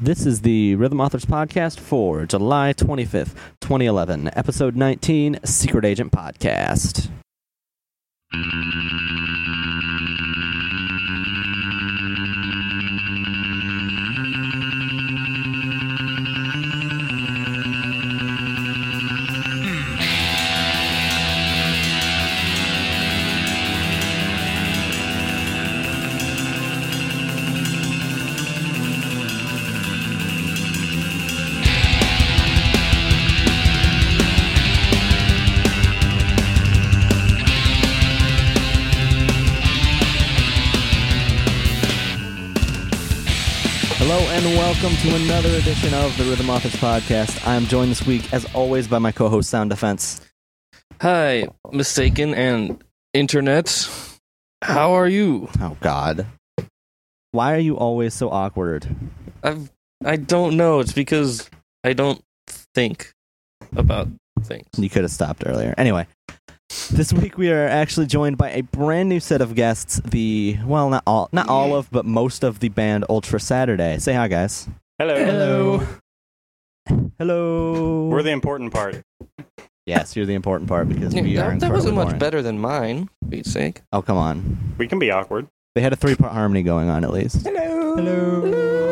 This is the Rhythm Authors Podcast for July 25th, 2011, episode 19, Secret Agent Podcast. Hello and welcome to another edition of the Rhythm Authors Podcast. I am joined this week, as always, by my co host Sound Defense. Hi, mistaken and internet. How are you? Oh, God. Why are you always so awkward? I've I don't know. It's because I don't think about things. You could have stopped earlier. Anyway, this week we are actually joined by a brand new set of guests. The well, not all, not all of, but most of the band Ultra Saturday. Say hi, guys. Hello. Hello. Hello. We're the important part. yes, you're the important part because we are. that, that incredibly wasn't much boring. better than mine. For Pete's sake. Oh come on! We can be awkward. They had a three part harmony going on at least. Hello.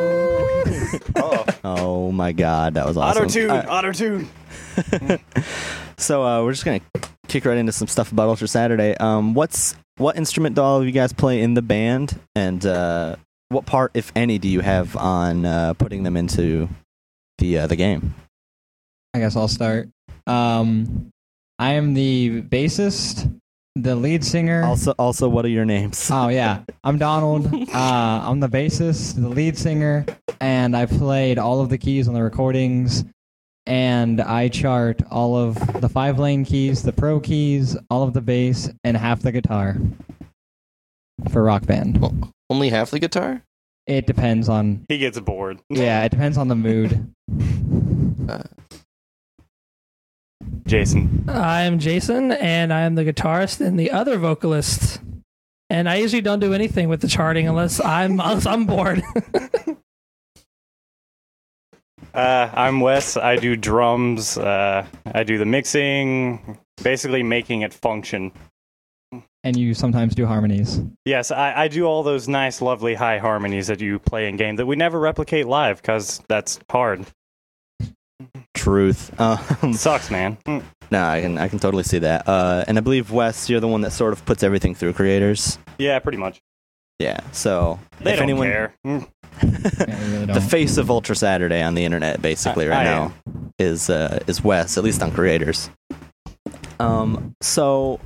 Oh, Oh my god, that was awesome. auto tune, All right, auto tune. so uh, we're just gonna kick right into some stuff about Ultra Saturday. Um, what's what instrument do all of you guys play in the band, and uh, what part, if any, do you have on uh, putting them into the uh, the game? I guess I'll start. Um, I am the bassist, the lead singer. Also, also, what are your names? oh yeah, I'm Donald. Uh, I'm the bassist, the lead singer, and I played all of the keys on the recordings. And I chart all of the five lane keys, the pro keys, all of the bass, and half the guitar for Rock Band. O- Only half the guitar. It depends on He gets bored. yeah, it depends on the mood. Jason. I'm Jason, and I am the guitarist and the other vocalist. And I usually don't do anything with the charting unless I'm unless I'm bored. Uh, I'm Wes. I do drums. Uh, I do the mixing, basically making it function. And you sometimes do harmonies. Yes, I, I do all those nice, lovely high harmonies that you play in game that we never replicate live because that's hard. Truth. Um, It sucks, man. Mm. no, I can I can totally see that. Uh, and I believe Wes, you're the one that sort of puts everything through creators. Yeah, pretty much. Yeah. So They if don't anyone, care. Mm. Yeah, we really the don't. face of Ultra Saturday on the internet, basically, I- right I now, is uh, is Wes, at least on creators. Um. So,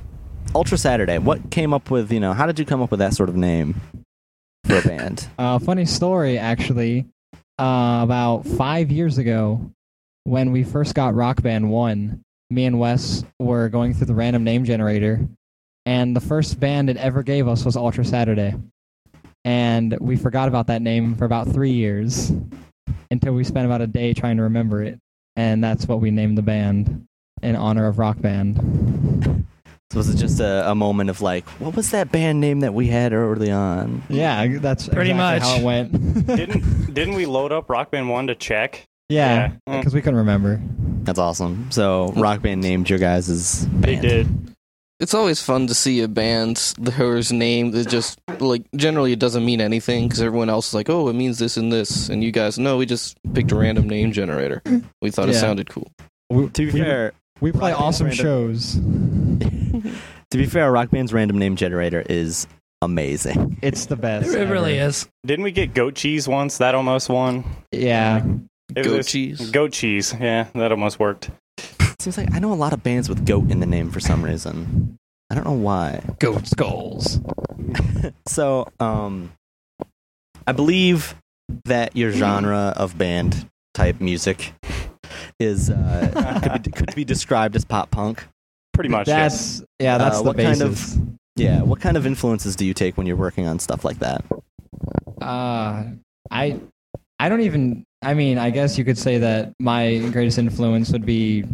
Ultra Saturday. What came up with you know? How did you come up with that sort of name for a band? Uh, funny story, actually. Uh, about five years ago, when we first got Rock Band 1, me and Wes were going through the random name generator, and the first band it ever gave us was Ultra Saturday. And we forgot about that name for about three years until we spent about a day trying to remember it. And that's what we named the band in honor of Rock Band. So was it just a, a moment of like, what was that band name that we had early on? Yeah, that's Pretty exactly much. how it went. didn't didn't we load up Rock Band One to check? yeah, Yeah. Mm. because we couldn't remember. That's awesome. So Rock Band named your guys' band. They did. It's always fun to see a band's whose name that just like generally it doesn't mean anything because everyone else is like, oh, it means this and this, and you guys, no, we just picked a random name generator. We thought it Yeah. sounded cool. We, To be we- fair, We play Rock Band's awesome random- shows. to be fair, Rock Band's random name generator is amazing. It's the it best. really is. Didn't we get goat cheese once? That almost won. Yeah. It Goat was- cheese. Goat cheese. Yeah, that almost worked. Seems like I know a lot of bands with goat in the name for some reason. I don't know why. Goat skulls. So, um, I believe that your genre of band type music is uh, could, be, could be described as pop punk. Pretty much. yes. That's yeah. That's Uh, the what kind of- basis. Yeah. What kind of influences do you take when you're working on stuff like that? Uh, I, I don't even. I mean, I guess you could say that my greatest influence would be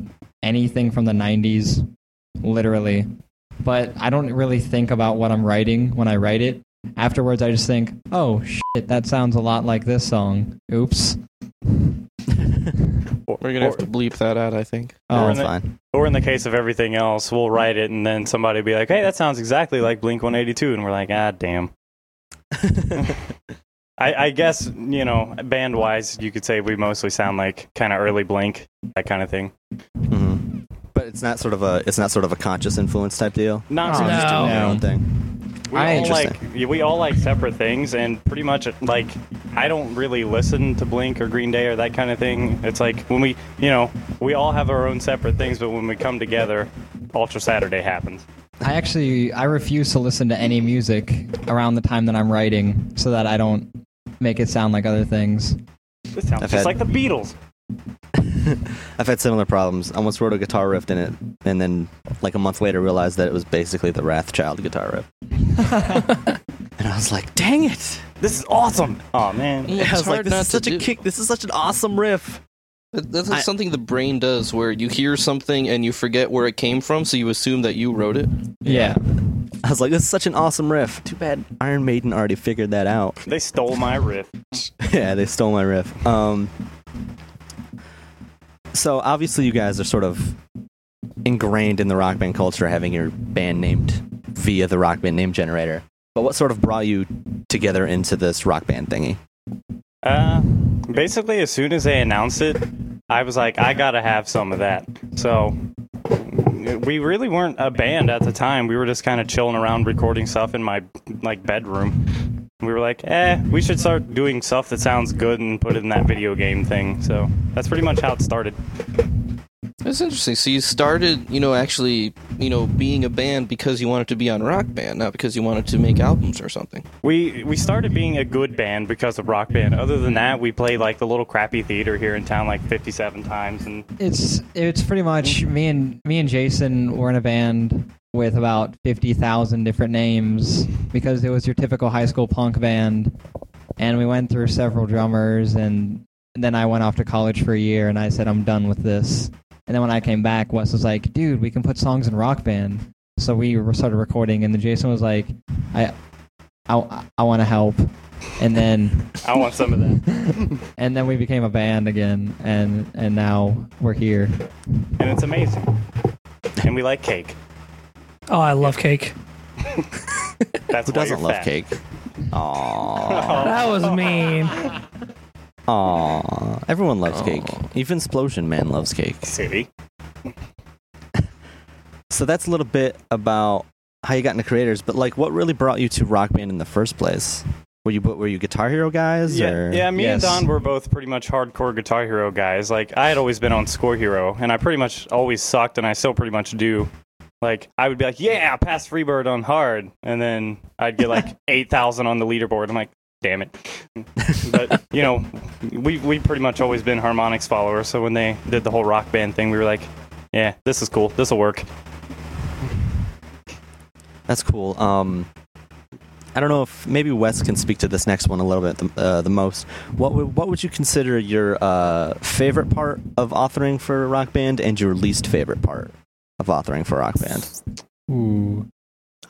anything from the '90s, literally. But I don't really think about what I'm writing when I write it. Afterwards, I just think, "Oh shit, that sounds a lot like this song." Oops. Or, We're gonna have or- to bleep that out, I think. Or Oh, in it's the- fine. or in the case of everything else, we'll write it and then somebody will be like, hey, that sounds exactly like Blink 182. And we're like, ah, damn. I, I guess, you know, band wise, you could say we mostly sound like kind of early Blink, that kind of thing. Mhm. But it's not sort of a it's not sort of a conscious influence type deal. Not Oh, so much no. Doing your No. own thing. we I- all like we all like separate things and pretty much like i don't really listen to blink or green day or that kind of thing it's like when we you know we all have our own separate things but when we come together ultra saturday happens I actually I refuse to listen to any music around the time that I'm writing so that I don't make it sound like other things. this sounds I've had- just like the beatles I've had similar problems. I once wrote a guitar riff in it, and then like a month later realized that it was basically the Wrathchild guitar riff. and I was like, "Dang it!" this is awesome oh man I It's was like, hard "This not is to such a do. kick. This is such an awesome riff." That- That's I- something the brain does, where you hear something and you forget where it came from, so you assume that you wrote it. Yeah. I was like, "This is such an awesome riff." Too bad Iron Maiden already figured that out. they stole my riff yeah, they stole my riff. Um, so obviously, you guys are sort of ingrained in the rock band culture, having your band named via the rock band name generator. But what sort of brought you together into this rock band thingy? Uh, basically, as soon as they announced it, I was like, I gotta have some of that. So we really weren't a band at the time. We were just kind of chilling around, recording stuff in my like bedroom. We were like, eh, we should start doing stuff that sounds good and put it in that video game thing. So that's pretty much how it started. That's interesting. So you started, you know, actually, you know, being a band because you wanted to be on Rock Band, not because you wanted to make albums or something. We we started being a good band because of Rock Band. Other than that, we played like the little crappy theater here in town like 57 times, and It's it's pretty much me and me and Jason were in a band with about fifty thousand different names because it was your typical high school punk band, and we went through several drummers, and then I went off to college for a year, and I said I'm done with this, and then when I came back, Wes was like, dude, we can put songs in Rock Band, so we re- started recording, and then Jason was like, I, I, I want to help, and then I want some of that. and then we became a band again, and and now we're here. And it's amazing. And we like cake. Oh, I love cake. That's Who why doesn't you're love fat. Oh, cake? Aww. That was mean. Aww. Everyone loves cake. Oh. Even Splosion Man loves cake. City. So that's a little bit about how you got into creators, but like what really brought you to rock band in the first place? Were you were you guitar hero guys? Yeah, or? yeah, me Yes. and Don were both pretty much hardcore Guitar Hero guys. Like, I had always been on Score Hero, and I pretty much always sucked, and I still pretty much do. Like, I would be like, yeah, pass Freebird on hard. And then I'd get like 8,000 on the leaderboard. I'm like, damn it. But, you know, we, we pretty much always been harmonics followers. So when they did the whole rock band thing, we were like, yeah, this is cool. This will work. That's cool. Um, I don't know if maybe Wes can speak to this next one a little bit the, uh, the most. What would what would you consider your uh, favorite part of authoring for Rock Band and your least favorite part of authoring for Rock Band? Ooh.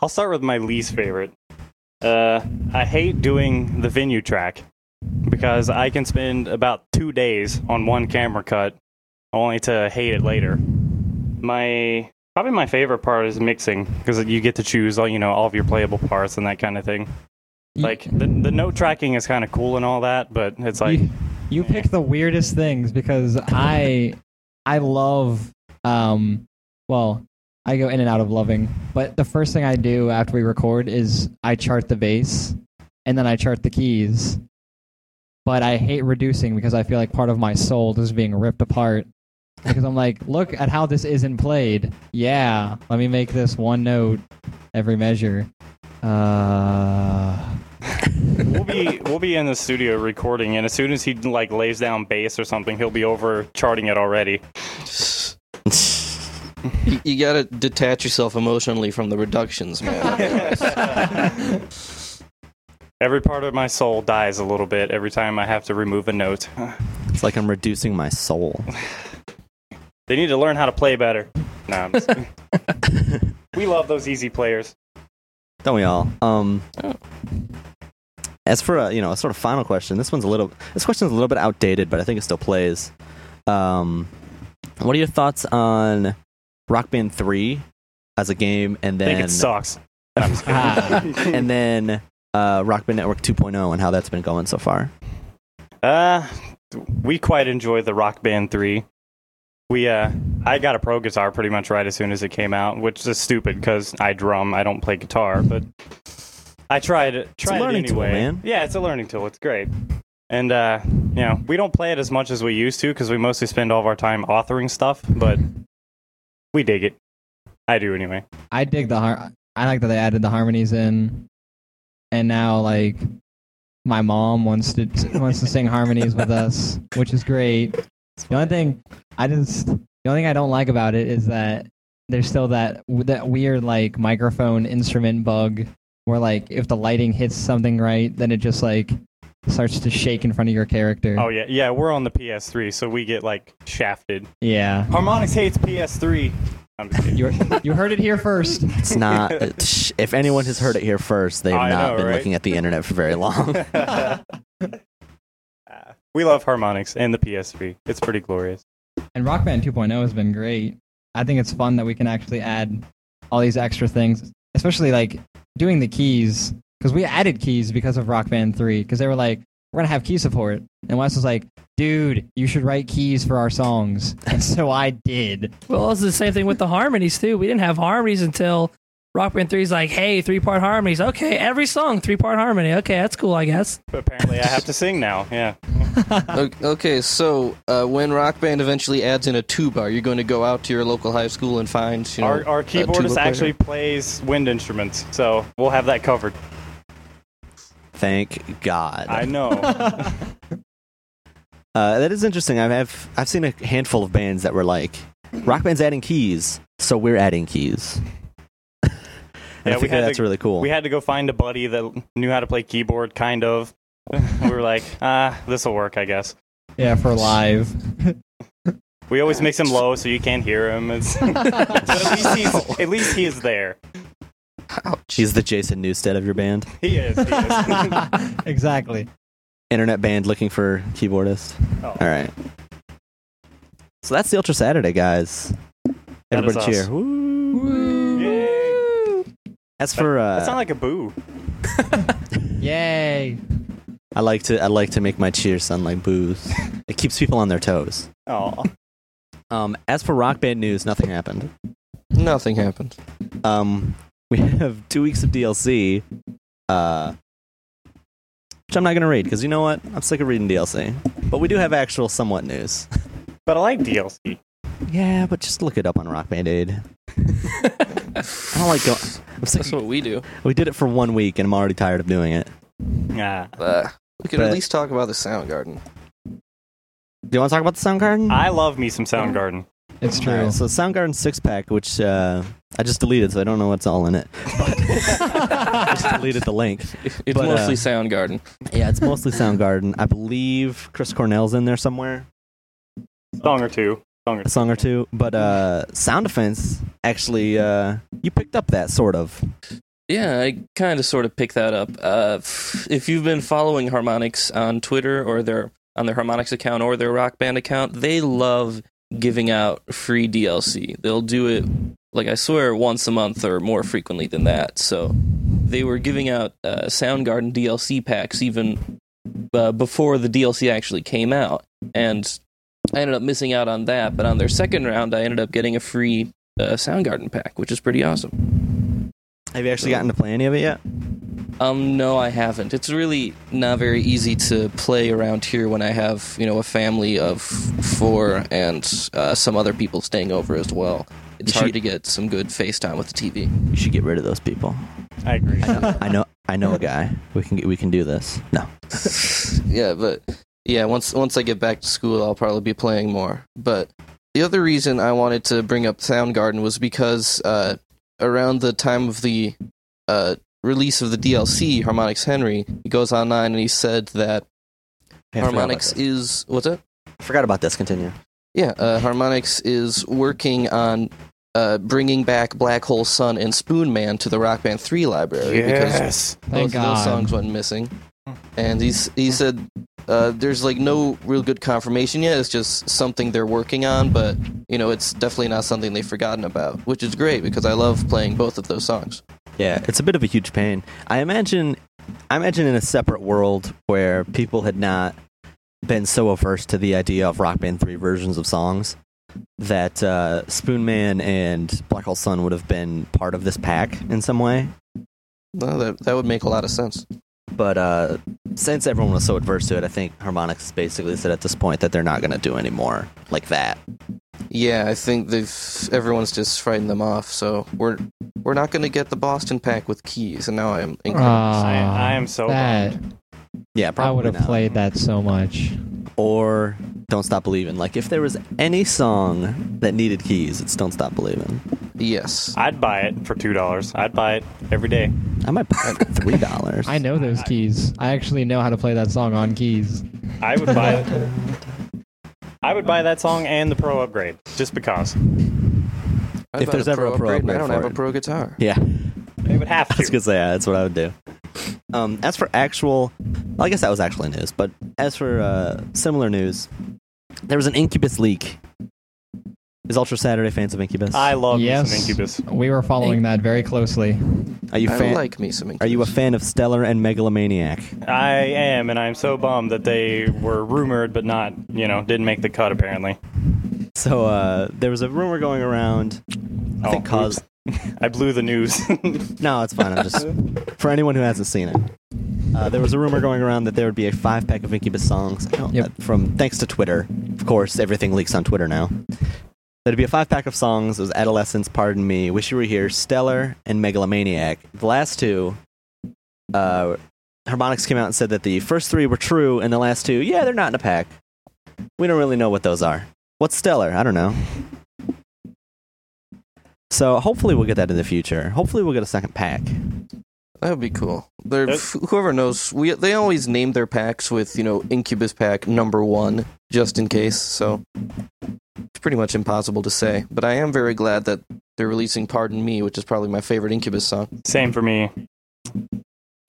I'll start with my least favorite. Uh, I hate doing the venue track because I can spend about two days on one camera cut only to hate it later. My probably my favorite part is mixing because you get to choose all you know all of your playable parts and that kind of thing. Like the the note tracking is kind of cool and all that, but it's like you, you eh. pick the weirdest things because I I love um well I go in and out of loving, but the first thing I do after we record is I chart the bass and then I chart the keys. But I hate reducing because I feel like part of my soul is being ripped apart. Because I'm like, look at how this isn't played. Yeah, let me make this one note every measure. Uh, we'll be we'll be in the studio recording, and as soon as he like lays down bass or something, he'll be over charting it already. You, you gotta detach yourself emotionally from the reductions, man. Every part of my soul dies a little bit every time I have to remove a note. it's like I'm reducing my soul. They need to learn how to play better. Nah, I'm just- we love those easy players. Don't we all? Um, As for a you know a sort of final question, this one's a little this question's a little bit outdated, but I think it still plays. Um, what are your thoughts on Rock Band Three as a game, and I think then it sucks. and then uh, Rock Band Network 2.0 and how that's been going so far? Uh, we quite enjoyed the Rock Band 3. We uh I got a pro guitar pretty much right as soon as it came out, which is stupid cuz I drum, I don't play guitar, but I tried tried learning it tool, anyway. man. Yeah, it's a learning tool. It's great. And uh, you know, we don't play it as much as we used to cuz we mostly spend all of our time authoring stuff, but we dig it. I do anyway. I dig the har- I like that they added the harmonies in, and now like my mom wants to wants to sing harmonies with us, which is great. The only thing I just the only thing I don't like about it is that there's still that that weird like microphone instrument bug where like if the lighting hits something right, then it just like starts to shake in front of your character. Oh yeah. Yeah, we're on the PS3, so we get like shafted. yeah. Harmonix hates PS3. I'm just kidding. You you heard it here first. It's not. it's- if anyone has heard it here first, they have I not know, been right? looking at the internet for very long. we love harmonics and the PS3. It's pretty glorious. And Rock Band 2.0 has been great. I think it's fun that we can actually add all these extra things, especially like doing the keys, because we added keys because of Rock Band 3, because they were like, we're going to have key support. And Wes was like, dude, you should write keys for our songs. And so I did. Well, it's the same thing with the harmonies too. We didn't have harmonies until Rock Band Three's like, hey, three part harmonies. Okay, every song three part harmony. Okay, that's cool, I guess. But apparently, I have to sing now. Yeah. O- Okay, so uh, when Rock Band eventually adds in a tuba, are you going to go out to your local high school and find you know, Our, our a tuba keyboardist player? actually plays wind instruments, so we'll have that covered. Thank God. I know. Uh, that is interesting. I've, I've I've seen a handful of bands that were like, rock band's adding keys, so we're adding keys. and Yeah, I we think that had that's to- really cool. we had to go find a buddy that knew how to play keyboard, kind of. we were like, ah, this will work, I guess. Yeah, for live. We always mix him low so you can't hear him. It's, but at least, he's, at least he is there. He's the Jason Newstead of your band, He is. He is. exactly. internet band looking for keyboardist. Oh. All right. So that's the Ultra Saturday, guys. That is Everybody cheer. us. Woo. Yay. As for That uh, sounds like a boo. Yay. I like to I like to make my cheer sound like boos. it keeps people on their toes. Oh, Um, as for rock band news, nothing happened. Nothing happened. um, we have two weeks of DLC, uh, which I'm not going to read because you know what? I'm sick of reading DLC. But we do have actual somewhat news. but I like DLC. Yeah, but just look it up on Rock Band Aid. I don't like go- I'm sick. That's what we do. We did it for one week, and I'm already tired of doing it. Yeah. Uh, we could But- at least talk about the Soundgarden. Do you want to talk about the Soundgarden? I love me some Soundgarden. It's All true. right, so Soundgarden six pack, which uh, I just deleted, so I don't know what's all in it. I just deleted the link. It's But, uh, mostly Soundgarden. Yeah, Ah, it's mostly Soundgarden. I believe Chris Cornell's in there somewhere. Song or two. Song or a song or two, but uh, Sound Defense actually uh, you picked up that sort of. Yeah, I kind of sort of picked that up. Uh, if you've been following Harmonix on Twitter or their on their Harmonix account or their Rock Band account, they love giving out free DLC. They'll do it like I swear once a month or more frequently than that. So they were giving out uh, Soundgarden DLC packs even uh, before the DLC actually came out, and I ended up missing out on that. But on their second round, I ended up getting a free uh, Soundgarden pack, which is pretty awesome. Have you actually gotten to play any of it yet? Um, no, I haven't. It's really not very easy to play around here when I have, you know, a family of four and uh, some other people staying over as well. It's You hard should- to get some good FaceTime with the TV. You should get rid of those people. I agree. I know, I know a guy. We can we can do this. No, yeah, but yeah, once once I get back to school, I'll probably be playing more. But the other reason I wanted to bring up Soundgarden was because uh, around the time of the uh, release of the DLC, Harmonix Henry he goes online and he said that Hey, I forgot about this. Harmonix is what's it? I forgot about this. Continue. Yeah, uh, Harmonix is working on uh, bringing back Black Hole Sun and Spoon Man to the Rock Band 3 library because Thank both of those God. songs went missing. and he's he said uh, there's like no real good confirmation yet. It's just something they're working on, but you know it's definitely not something they've forgotten about, which is great because I love playing both of those songs. Yeah, it's a bit of a huge pain. I imagine, I imagine in a separate world where people had not been so averse to the idea of Rock Band three versions of songs that uh, Spoon Man and Black Hole Sun would have been part of this pack in some way. No, that that would make a lot of sense. But uh, since everyone was so adverse to it, I think Harmonix basically said at this point that they're not going to do any more like that. Yeah, I think they've everyone's just frightened them off. So we're we're not going to get the Boston pack with keys, and now I'm encouraged. Uh, I, I am so that Yeah, I probably would have not. played that so much. or Don't Stop Believing. Like if there was any song that needed keys, it's Don't Stop Believing. yes, I'd buy it for two dollars. I'd buy it every day. I might buy it for three dollars. I know those keys. I actually know how to play that song on keys. I would buy it. I would buy that song and the pro upgrade just because. I'd If buy there's ever a pro upgrade, and I upgrade don't for have a it. pro guitar. Yeah, They would have I was to. gonna say yeah, that's what I would do. Um, as for actual, well, I guess that was actually news. But as for uh, similar news, there was an Incubus leak. Is Ultra Saturday fans of Incubus? I love yes. Yes. Incubus. We were following that very closely. are you I fan? like me some. Incubus. are you a fan of Stellar and Megalomaniac? I am, and I'm so bummed that they were rumored, but not, you know, didn't make the cut apparently. So uh, there was a rumor going around. I Oh, think caused. I blew the news. No, it's fine. I'm just for anyone who hasn't seen it. Uh, there was a rumor going around that there would be a five pack of Incubus songs I don't- Yep. from thanks to Twitter. Of course, everything leaks on Twitter now. There'd be a five pack of songs. It was Adolescence, Pardon Me, Wish You Were Here, Stellar, and Megalomaniac. The last two, uh, Harmonix came out and said that the first three were true, and the last two, yeah, they're not in a pack. We don't really know what those are. What's Stellar? I don't know. So hopefully we'll get that in the future. Hopefully we'll get a second pack. That would be cool. They're, That's- whoever knows, we they always name their packs with you know Incubus pack number one just in case. So it's pretty much impossible to say. But I am very glad that they're releasing "Pardon Me," which is probably my favorite Incubus song. Same for me.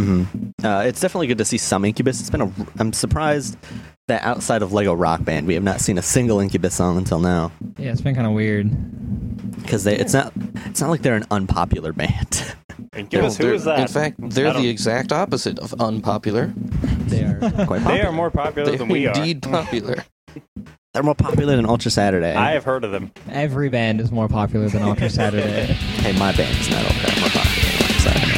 Mm-hmm. Uh, it's definitely good to see some Incubus. It's been a. I'm surprised that outside of Lego Rock Band, we have not seen a single Incubus song until now. Yeah, it's been kind of weird. Because it's not. It's not like they're an unpopular band. Incubus, No, who they're- is that? In fact, I they're don't- the exact opposite of unpopular. they are quite. Popular. they are more popular They're than we are. indeed popular. They're more popular than Ultra Saturday. I have heard of them. Every band is more popular than Ultra Saturday. hey, my band is not okay. More popular than Ultra Saturday.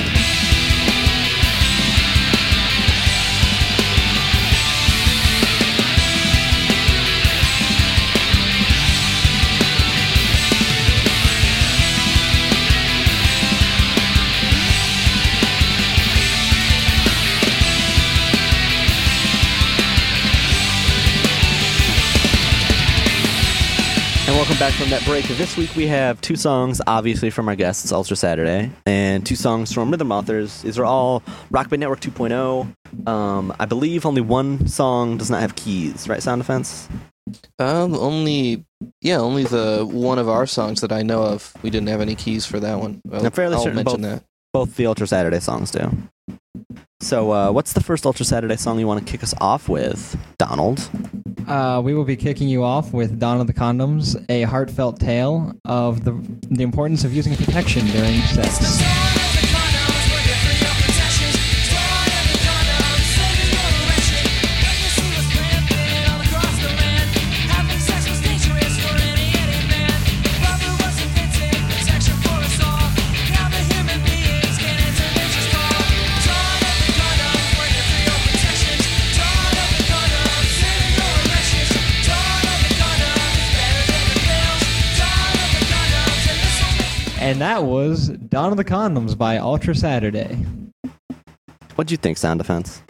And welcome back from that break. This week we have two songs, obviously from our guests, Ultra Saturday, and two songs from Rhythm Authors. These are all Rock Band Network 2.0. Um, I believe only one song does not have keys, right? Sound Defense. Um, only yeah, only the one of our songs that I know of. We didn't have any keys for that one. Well, I'm fairly I'll certain mention both- that. Both the Ultra Saturday songs do. So, uh, what's the first Ultra Saturday song you want to kick us off with, Donald? Uh, we will be kicking you off with Dawn of the Condoms, a heartfelt tale of the the importance of using protection during sex. And that was Dawn of the Condoms by Ultra Saturday. What'd you think, Sound Defense?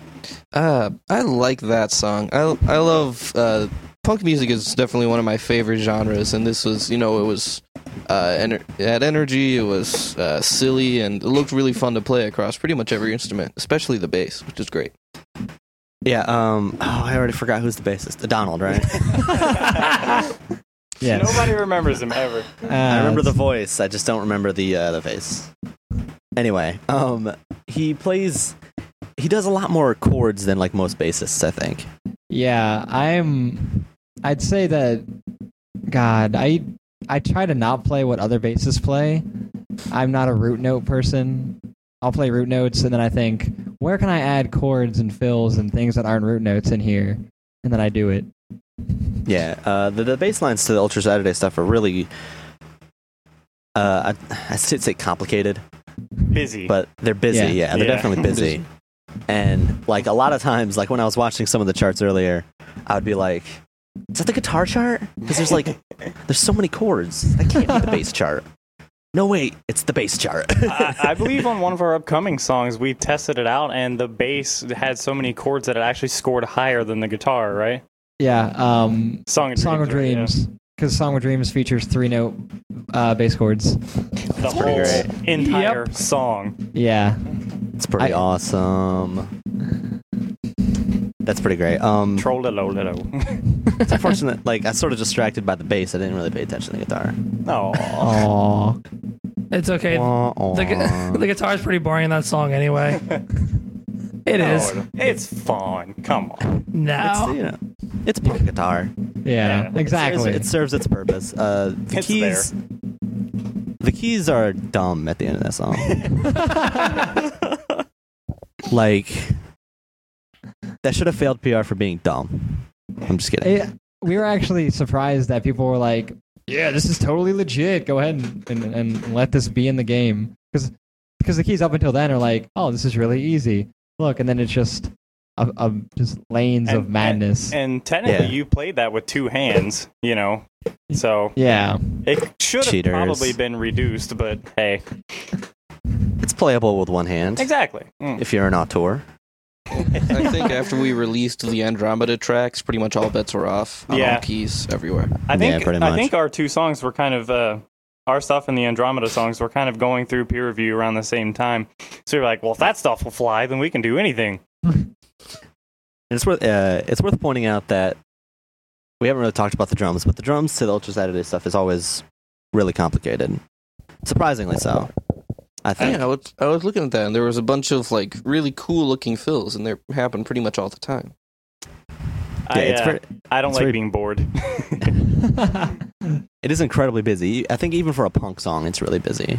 Uh, I like that song. I I love uh, punk music is definitely one of my favorite genres, and this was you know it was uh, ener- it had energy, it was uh, silly, and it looked really fun to play across pretty much every instrument, especially the bass, which is great. Yeah, um, oh, I already forgot who's the bassist. Donald, right? Yes. Uh, Nobody remembers him ever. I remember the voice. I uh, just don't remember the uh, the face. Anyway, um, he plays. he does a lot more chords than like most bassists, I think. Yeah, I'm. I'd say that. God, I I try to not play what other bassists play. I'm not a root note person. I'll play root notes, and then I think, where can I add chords and fills and things that aren't root notes in here? And then I do it. Yeah, uh, the the bass lines to the Ultra Saturday stuff are really, uh, I, I should say complicated, Busy. but they're busy. Yeah. Yeah, they're Yeah. definitely busy. and like a lot of times, like when I was watching some of the charts earlier, I would be like, "Is that the guitar chart?" Because there's like there's so many chords that can't be the bass chart. No wait, it's the bass chart. I, I believe on one of our upcoming songs we tested it out, and the bass had so many chords that it actually scored higher than the guitar. Right? Yeah. Um, Song of Song of Dreams. Dreams, because Song of Dreams features three note uh, bass chords. right? Yeah. The whole entire Yep. song. Yeah. It's pretty I- awesome. That's pretty great. Um, Troll de lo de lo. it's unfortunate. Like I sort of distracted by the bass. I didn't really pay attention to the guitar. Oh, Aw. It's okay. Wah, The, wah. gu- the guitar is pretty boring in that song anyway. It is. It's fun. Come on. now. It's, you know, it's a punk guitar. Yeah. Yeah. Exactly. It serves, it serves its purpose. Uh, the It's keys. The keys are dumb at the end of that song. like that should have failed PR for being dumb. I'm just kidding. It- we were actually surprised that people were like, "Yeah, this is totally legit. Go ahead and, and, and let this be in the game." Because the keys up until then are like, "Oh, this is really easy. Look," and then it's just a, a, just lanes And- of madness. And technically, Yeah. you played that with two hands. You know, so yeah, it should have Cheaters. probably been reduced. But hey, It's playable with one hand exactly. Mm. if you're an auteur. I think after we released the Andromeda tracks, pretty much all bets were off on Yeah. all keys everywhere. I think Yeah, pretty I much. think our two songs were kind of uh, our stuff and the Andromeda songs were kind of going through peer review around the same time. So you're like, well, if that stuff will fly, then we can do anything. And it's worth uh, it's worth pointing out that we haven't really talked about the drums, but the drums to the Ultra Saturday stuff is always really complicated. Surprisingly so. I think. Yeah, I was, I was looking at that, and there was a bunch of like really cool looking fills, and they happen pretty much all the time. I, Yeah, it's uh, very- I don't it's like very- being bored. It is incredibly busy. I think even for a punk song, it's really busy.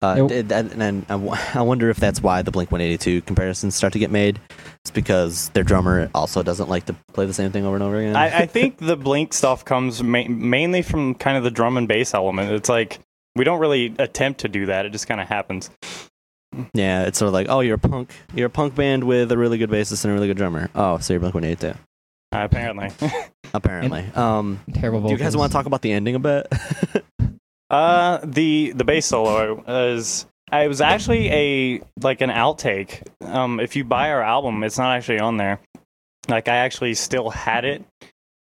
Uh, Nope. th- that- and then I wo- I wonder if that's why the Blink 182 comparisons start to get made. It's because their drummer also doesn't like to play the same thing over and over again. I, I think the Blink stuff comes ma- mainly from kind of the drum and bass element. It's like we don't really attempt to do that; it just kind of happens. yeah, it's sort of like, oh, you're a punk, you're a punk band with a really good bassist and a really good drummer. Oh, so you're Blink 182, Uh, apparently, apparently. um, terrible. do you guys vocals. want to talk about the ending a bit? uh, the the bass solo is. It was actually a like an outtake. Um, if you buy our album, it's not actually on there. Like I actually still had it,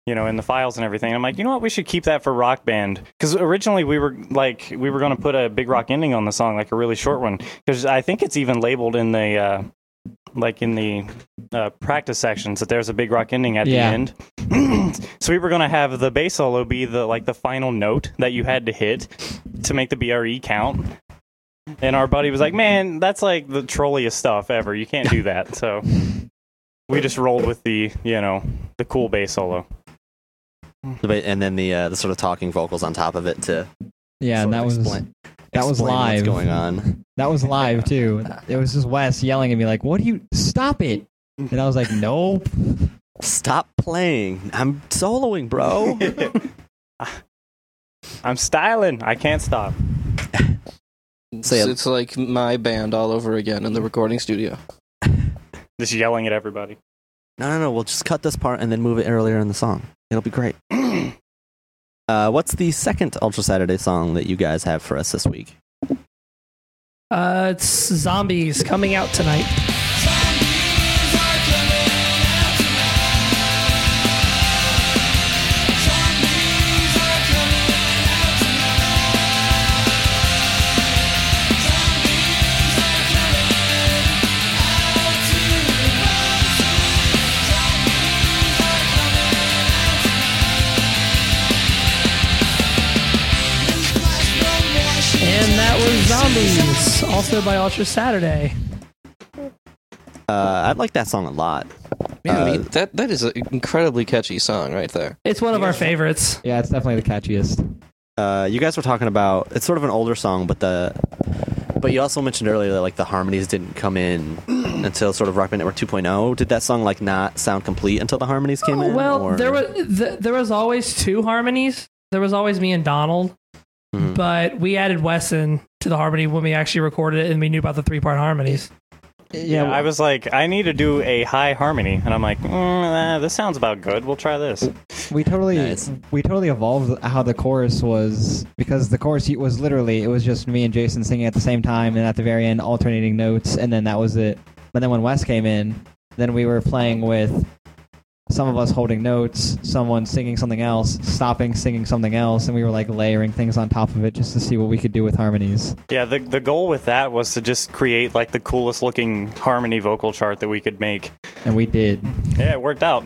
you know, in the files and everything. I'm like, you know what? We should keep that for Rock Band because originally we were like we were going to put a Big Rock ending on the song, like a really short one, because I think it's even labeled in the uh, like in the uh, practice sections that there's a Big Rock ending at Yeah. the end. so we were going to have the bass solo be the like the final note that you had to hit to make the BRE count. And our buddy was like, "Man, that's like the trolliest stuff ever. You can't do that." So we just rolled with the, you know, the cool bass solo. The ba- and then the uh, the sort of talking vocals on top of it to Yeah, and sort that of was explain- that was explain live. what's going on. that was live too. It was just Wes yelling at me like, "What do you stop it?" And I was like, "Nope." Stop playing. I'm soloing, bro. I'm styling. I can't stop. So, yeah. It's, it's like my band all over again in the recording studio. Just yelling at everybody. No, no, no. We'll just cut this part and then move it earlier in the song. It'll be great. uh, what's the second Ultra Saturday song that you guys have for us this week? Uh, it's zombies coming out tonight. And that was zombies, also by Ultra Saturday. Uh, I like that song a lot. Man, Uh, he- that that is an incredibly catchy song right there. It's one of our favorites. Yeah, it's definitely the catchiest. Uh, you guys were talking about it's sort of an older song, but the but you also mentioned earlier that like the harmonies didn't come in until sort of Rock Band Network 2.0. Did that song like not sound complete until the harmonies came in? Oh, well, or- there was th- there was always two harmonies. There was always me and Donald, Mhm. but we added Wesson to the harmony when we actually recorded it, and we knew about the three part harmonies. Yeah, I was like, I need to do a high harmony, and I'm like, mm, uh, this sounds about good. We'll try this. we totally Nice. we totally evolved how the chorus was because the chorus was literally it was just me and Jason singing at the same time and at the very end alternating notes and then that was it. But then when Wes came in, then we were playing with some of us holding notes, someone singing something else, stopping singing something else, and we were like layering things on top of it just to see what we could do with harmonies. Yeah, the the goal with that was to just create like the coolest looking harmony vocal chart that we could make. And we did. Yeah, it worked out.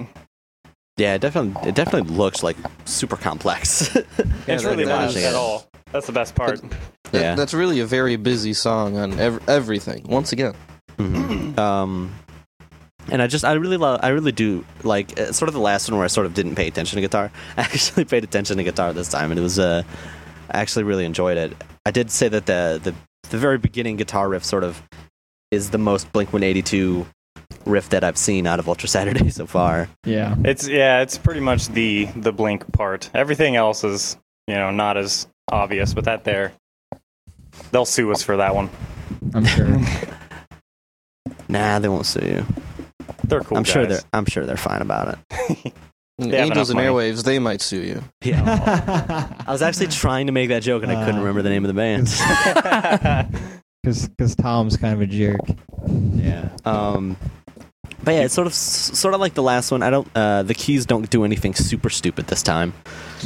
yeah, it definitely it definitely looks like super complex. Yeah, it's that- really that not is- at all. That's the best part. That- Yeah. That's really a very busy song on ev- everything. Once again, Mhm. um, and I just I really love I really do like uh, sort of the last one where I sort of didn't pay attention to guitar. I actually paid attention to guitar this time, and it was uh, I actually really enjoyed it. I did say that the the the very beginning guitar riff sort of is the most Blink One Eighty Two riff that I've seen out of Ultra Saturday so far. Yeah. It's yeah, it's pretty much the the blink part. Everything else is you know not as obvious, but that there, they'll sue us for that one. I'm sure. Nah, they won't sue you. They're cool. I'm guys. sure they're I'm sure they're fine about it. have Angels and enough money. Airwaves, they might sue you. Yeah. I was actually trying to make that joke and I couldn't Uh, remember the name of the band. Cause, cause Tom's kind of a jerk. Yeah. Um, but yeah, it's sort of s- sort of like the last one. I don't. Uh, the keys don't do anything super stupid this time,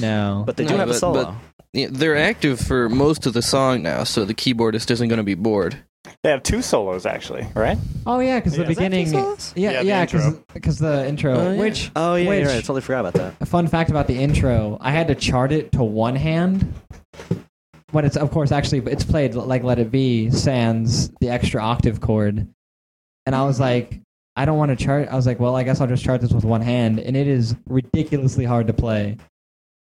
No. but they do No, have a but- solo. Yeah, they're active for most of the song now, so the keyboardist isn't going to be bored. they have two solos actually, right? Oh yeah, because Yeah. the Is that two beginning. songs? Yeah, Yeah, the yeah, because intro. the intro. Oh, yeah. Which oh yeah, which, you're right. I totally forgot about that. A fun fact about the intro: I had to chart it to one hand. When it's of course actually it's played like Let It Be sans the extra octave chord, and I was like, I don't want to chart. I was like, well, I guess I'll just chart this with one hand, and it is ridiculously hard to play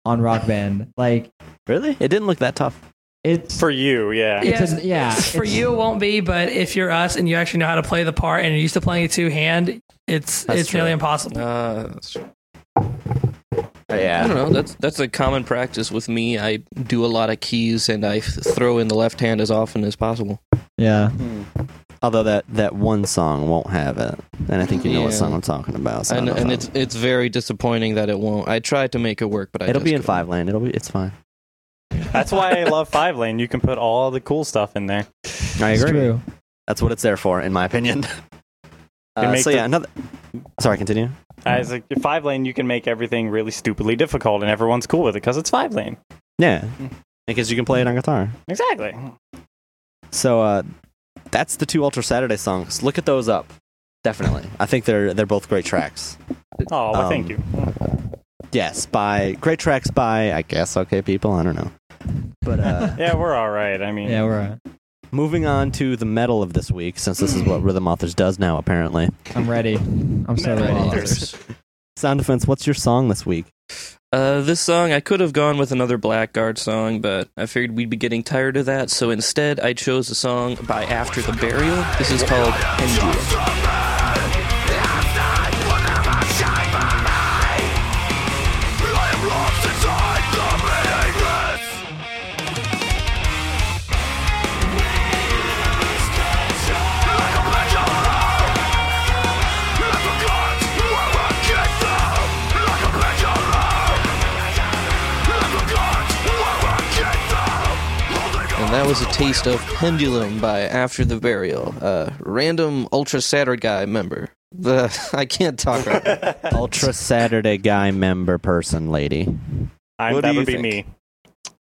on Rock Band. Like Really? It didn't look that tough. it's For you, yeah. It's Yes, an- yeah, for it's- you it won't be, but if you're us and you actually know how to play the part and you're used to playing it two hand, it's That's it's nearly true. impossible. Uh, I don't yeah. know. That's that's a common practice with me. I do a lot of keys, and I f- throw in the left hand as often as possible. yeah. Hmm. Although that that one song won't have it, and I think you know what Yeah. song I'm talking about. so I and don't know and if it's it's very disappointing that it won't. I tried to make it work, but I I'm- it'll just be in couldn't. five lane. It'll be it's fine. That's why I love Five Lane. You can put all the cool stuff in there. I It's agree. true. That's what it's there for, in my opinion. Uh, make so the- yeah, another. Sorry, continue. As a Five Lane, you can make everything really stupidly difficult, and everyone's cool with it because it's Five Lane. Yeah, because you can play it on guitar. Exactly. So uh, that's the two Ultra Saturday songs. Look at those up. Definitely. I think they're they're both great tracks. Oh, well, thank Um, you. Yes, by great tracks by I guess okay people, I don't know. But uh Yeah, we're all right. I mean, Yeah, we're. uh, moving on to the metal of this week since this is what Rhythm Authors does now apparently. I'm ready. I'm so Metal ready. Authors. Sound Defense, what's your song this week? Uh, this song, I could have gone with another Blackguard song, but I figured we'd be getting tired of that, so instead I chose a song by After the Burial. This is called Endure. And that was a taste of Pendulum by After the Burial, a random Ultra Saturn guy member. The, I can't talk right now. Ultra Saturday guy member person lady. I'm, What do that you would be think? me.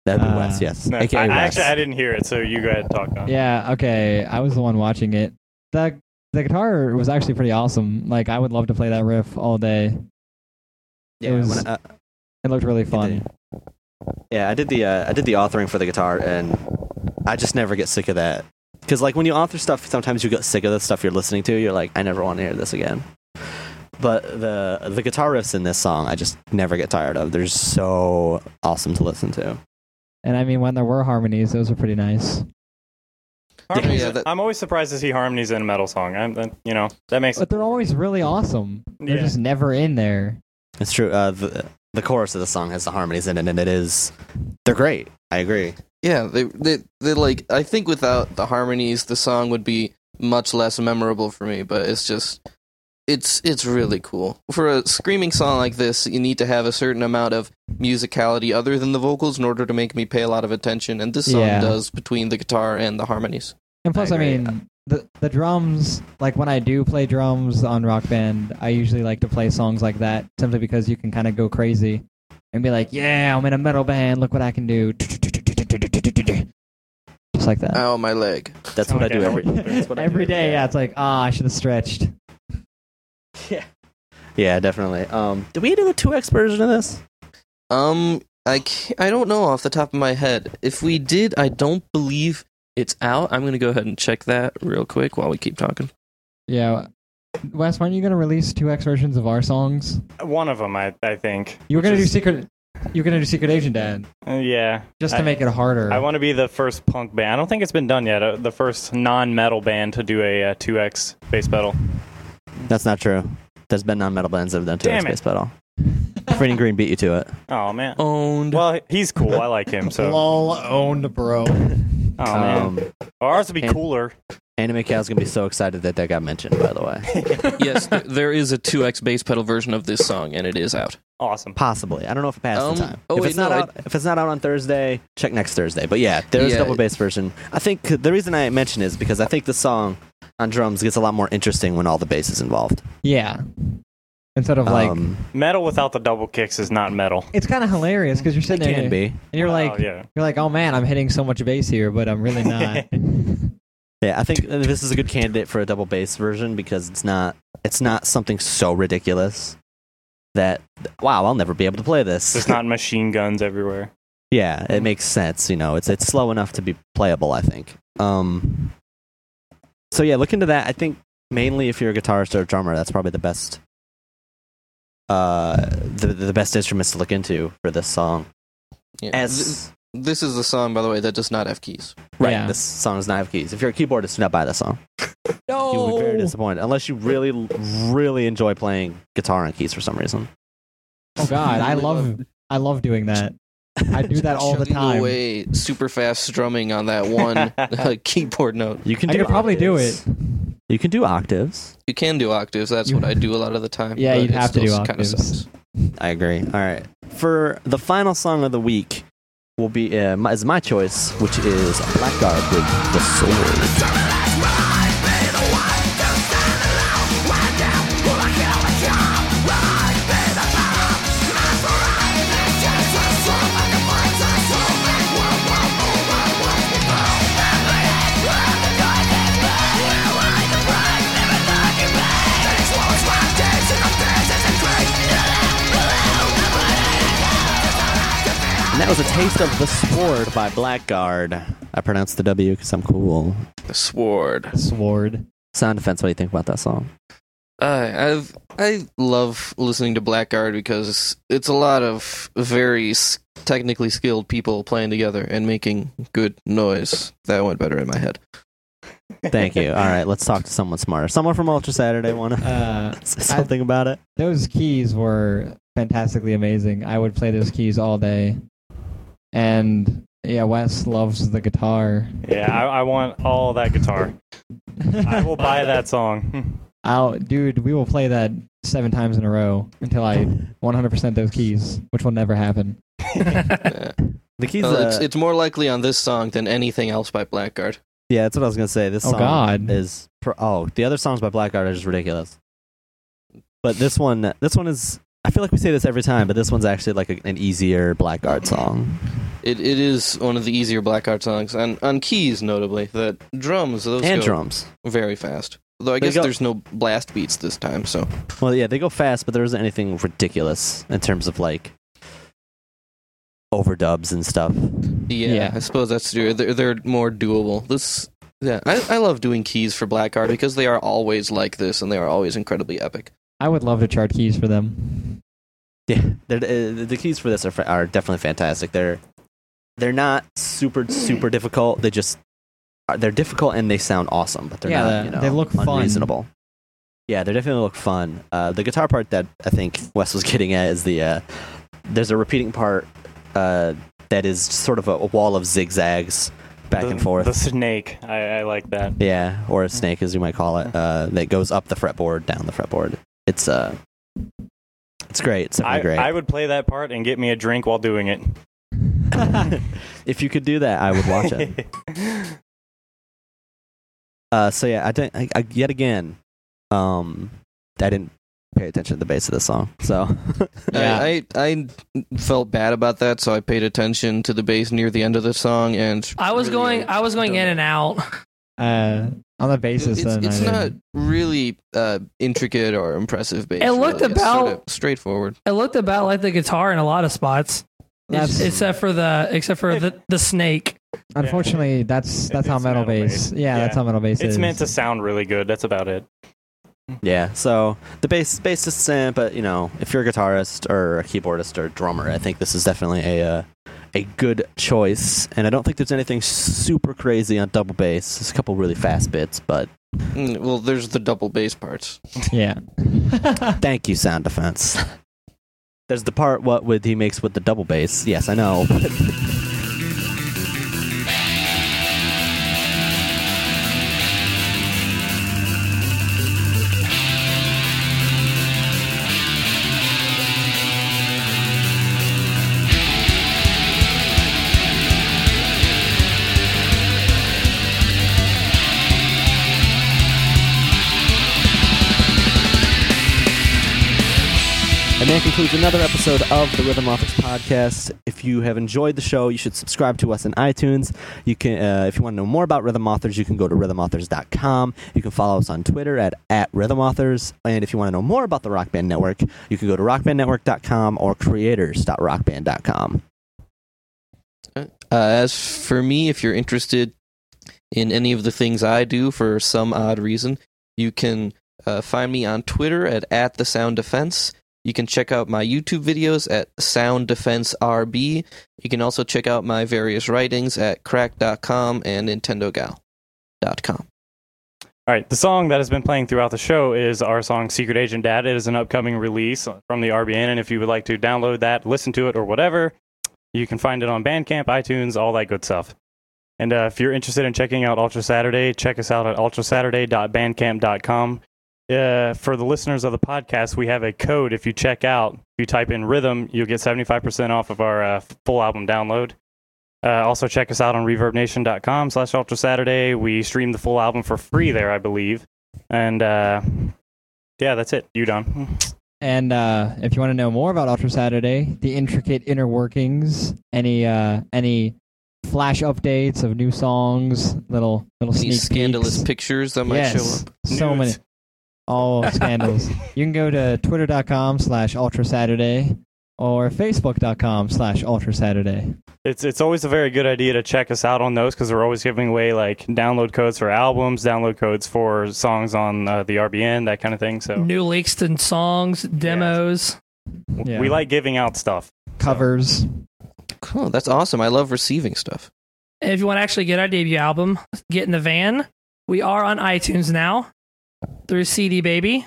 That'd be Uh, Wes, yes. No, I, AKA I Wes. actually I didn't hear it, so you go ahead and talk now. Yeah, okay. I was the one watching it. The the guitar was actually pretty awesome. Like I would love to play that riff all day. yeah, it was when I- uh, It looked really did. fun. yeah, I did the uh, I did the authoring for the guitar and I just never get sick of that Because like when you author stuff, sometimes you get sick of the stuff you're listening to. You're like, I never want to hear this again. But the the guitar riffs in this song, I just never get tired of. They're so awesome to listen to. And I mean, when there were harmonies, those were pretty nice. Harmonies, Yeah, that- I'm always surprised to see harmonies in a metal song. I'm, that, you know, that makes But they're always really awesome. They're Yeah. just never in there. It's true. Uh, the the chorus of the song has the harmonies in it, and it is they're great. I agree. Yeah, they they they like I think without the harmonies the song would be much less memorable for me, but it's just it's it's really cool. For a screaming song like this, you need to have a certain amount of musicality other than the vocals in order to make me pay a lot of attention, and this song Yeah. does between the guitar and the harmonies. And plus, I, agree. mean, the the drums. Like when I do play drums on Rock Band, I usually like to play songs like that simply because you can kind of go crazy and be like, "Yeah, I'm in a metal band. Look what I can do." Just like that. Ow, my leg. That's what I do Okay. every that's what I do Every day, yeah. It's like, ah, I should have stretched. Yeah, definitely. Um, did we do a two X version of this? Um, I can't, I don't know off the top of my head. If we did, I don't believe it's out. I'm gonna go ahead and check that real quick while we keep talking. Yeah. Wes, aren't you gonna release two X versions of our songs? one of them. I, I think. You were which gonna do is- secret. You were gonna do Secret Agent Dad uh, yeah. just to I- make it harder. I want to be the first punk band. I don't think it's been done yet. Uh, the first non-metal band to do a uh, 2x bass pedal. That's not true. There's been non-metal bands that have done two X Damn it. bass pedal. Freddie Green beat you to it. Oh man. Owned. Well, he's cool. I like him. So. Lol owned, bro. Oh man. Ours would be and- cooler. Um, Anime Cow's gonna be so excited that that got mentioned. By the way, yes, th- there is a 2x bass pedal version of this song, and it is out. Awesome. possibly. I don't know if it passed Um, the time. oh, if wait, it's not no, I- out, if it's not out on Thursday, check next Thursday. But yeah, there is a Yeah, double it- bass version. I think the reason I mention is because I think the song on drums gets a lot more interesting when all the bass is involved. yeah. Instead of like, um, Metal without the double kicks is not metal. it's kind of hilarious because you're it sitting there can and you're- be. and you're like, oh, yeah. You're like, oh man, I'm hitting so much bass here, but I'm really not. Yeah, I think this is a good candidate for a double bass version because it's not it's not something so ridiculous that wow, I'll never be able to play this. There's not machine guns everywhere. Yeah, it makes sense. You know, it's it's slow enough to be playable. I think. Um, so yeah, look into that. I think mainly if you're a guitarist or a drummer, that's probably the best. Uh, the the best instruments to look into for this song. Yeah. Th- As this is the song, by the way, that does not have keys. right, Yeah. this song is not have keys. If you're a keyboardist, do not buy this song. You'll be very no. disappointed unless you really really enjoy playing guitar and keys for some reason. Oh god, I love I love doing that. I do that all the Chugging time. away super fast strumming on that one uh, keyboard note. You can I do could probably do octaves. it. You can do octaves. You can do octaves. That's You- what I do a lot of the time. Yeah, but you'd it have to still do kinda octaves. sucks. I agree. All right. For the final song of the week will be uh, my, is my choice, which is Blackguard with the Sword. And that was a taste of the Sword by Blackguard. I pronounced the W because I'm cool. The sword. Sword. Sound defense. What do you think about that song? I I've I love listening to Blackguard because it's a lot of very s- technically skilled people playing together and making good noise. That went better in my head. Thank you. All right, let's talk to someone smarter. Someone from Ultra Saturday want to Uh, say something about it? those keys were fantastically amazing. I would play those keys all day. And yeah, Wes loves the guitar. Yeah, I, I want all that guitar. I will buy that song. I'll, dude, we will play that seven times in a row until I 100% those keys, which will never happen. Yeah. The keys. Well, uh, Oh, it's, it's more likely on this song than anything else by Blackguard. yeah, that's what I was gonna say. This Oh song God. is pro- oh the other songs by Blackguard are just ridiculous. But this one, this one is. I feel like we say this every time, but this one's actually like a, an easier Blackguard song. It it is one of the easier Blackguard songs, and on keys notably. The drums those and go drums. very fast. Though I They guess go- there's no blast beats this time, so Well, yeah, they go fast, but there isn't anything ridiculous in terms of like overdubs and stuff. yeah, Yeah. I suppose that's true. They're, they're more doable. This Yeah, I, I love doing keys for Black Art because they are always like this and they are always incredibly epic. I would love to chart keys for them. Yeah, they're- uh, the keys for this are fa- are definitely fantastic. They're they're not super super difficult. They just are- they're difficult and they sound awesome, but they're Yeah, not. they- You know, they look fun. unreasonable. Yeah, they definitely look fun. Uh, the guitar part that I think Wes was getting at is the uh, there's a repeating part uh, that is sort of a, a wall of zigzags back the, and forth. The snake. I, I like that. Yeah, or a snake, as you might call it, uh, that goes up the fretboard, down the fretboard. It's uh, it's great. It's I, definitely great. I would play that part and get me a drink while doing it. if you could do that, I would watch it. Uh, so yeah, I didn't. I, I, yet again, um, I didn't pay attention to the bass of this song. So I, I I felt bad about that, so I paid attention to the bass near the end of the song, and I was really, going. I was going in and out. Uh, on the basis, It's, then, it's I not didn't- really uh, intricate or impressive bass. It looked really. It's about- sort of straightforward. It looked about like the guitar in a lot of spots, That's except for the except for the, the snake. unfortunately that's It- that's how it's metal, metal bass. bass. Yeah, that's Yeah. how metal bass is. it's meant to sound really good. That's about it. yeah, so the bass bass is eh, but you know, if you're a guitarist or a keyboardist or a drummer, I think this is definitely a uh, a good choice. And I don't think there's anything super crazy on double bass. There's a couple really fast bits, but Mm, Well, there's the double bass parts. Yeah. Thank you, sound defense. There's the part what with he makes with the double bass. Yes, I know. And that concludes another episode of the Rhythm Office podcast. If you have enjoyed the show, you should subscribe to us on iTunes. You can, uh, if you want to know more about Rhythm Authors, you can go to rhythmauthors.com. You can follow us on Twitter at, at Rhythm Authors. And if you want to know more about the Rock Band Network, you can go to rockbandnetwork.com or creators.rockband.com. Uh, as for me, if you're interested in any of the things I do for some odd reason, you can uh, find me on Twitter at, at the Sound Defense. You can check out my YouTube videos at Sound Defense RB. You can also check out my various writings at crack.com and nintendogal.com. All right, the song that has been playing throughout the show is our song Secret Agent Dad. It is an upcoming release from the RBN, and if you would like to download that, listen to it, or whatever, you can find it on Bandcamp, iTunes, all that good stuff. And uh, if you're interested in checking out Ultra Saturday, check us out at ultrasaturday.bandcamp.com. Uh, for the listeners of the podcast, we have a code. If you check out, if you type in rhythm, you'll get 75% off of our uh, full album download. Uh, also, check us out on reverbnation.com slash ultra Saturday. We stream the full album for free there, I believe. And uh, yeah, that's it. You done. And uh, if you want to know more about Ultra Saturday, the intricate inner workings, any uh, any flash updates of new songs, little little sneak These scandalous peeks. pictures that might show yes, up. so many, Nudes. all Oh, scandals. you can go to twitter.com slash Ultra Saturday or facebook.com slash Ultra Saturday. It's, it's always a very good idea to check us out on those because we're always giving away like download codes for albums, download codes for songs on uh, the RBN, that kind of thing. So New leaks and songs, demos. w- Yeah. we like giving out stuff. Covers. Cool. That's awesome. I love receiving stuff. And if you want to actually get our debut album, get in the van. We are on iTunes now through CD Baby,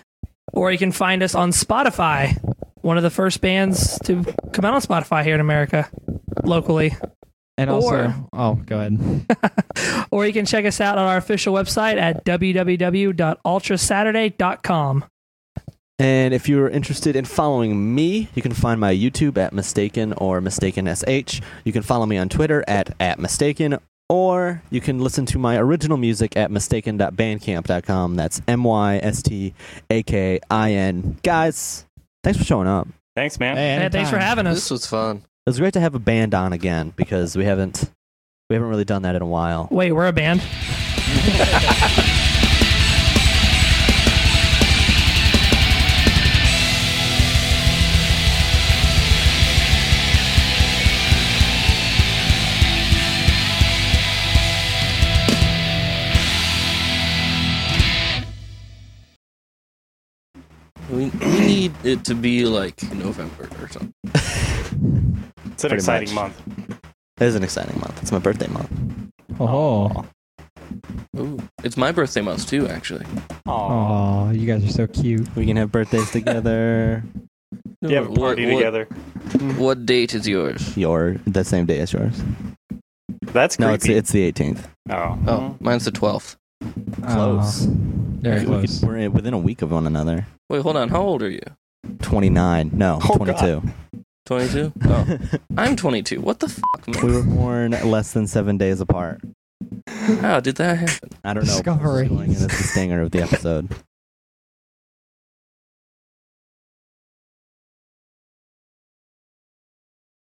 or you can find us on Spotify. One of the first bands to come out on Spotify here in America, locally. And Or- also, oh, go ahead. Or you can check us out on our official website at www.ultrasaturday.com. And if you're interested in following me, you can find my YouTube at Mistaken or MistakenSH. You can follow me on Twitter at, at Mistaken, or you can listen to my original music at mistaken.bandcamp.com. That's M Y S T A K I N. Guys, thanks for showing up. Thanks, man. Hey, And thanks for anytime. having us. This was fun. It was great to have a band on again because we haven't we haven't really done that in a while. Wait, we're a band. it to be like November or something. It's an Pretty exciting much. month. It is an exciting month. It's my birthday month. Oh, Ooh. It's my birthday month too, actually. Aww. oh, you guys are so cute. We can have birthdays together. You have a What- party what- together. What date is yours? Your the same day as yours. That's creepy. No, it's it's the 18th. oh. Oh, mine's the 12th. Close. Uh, Very We- we could- close. we're in- within a week of one another. Wait, hold on. How old are you? 29. No, Oh, 22. 22? Oh, I'm 22. What the fuck, man? we were born less than seven days apart. How did that happen? I don't know. Discovery. Going in as the stinger of the episode.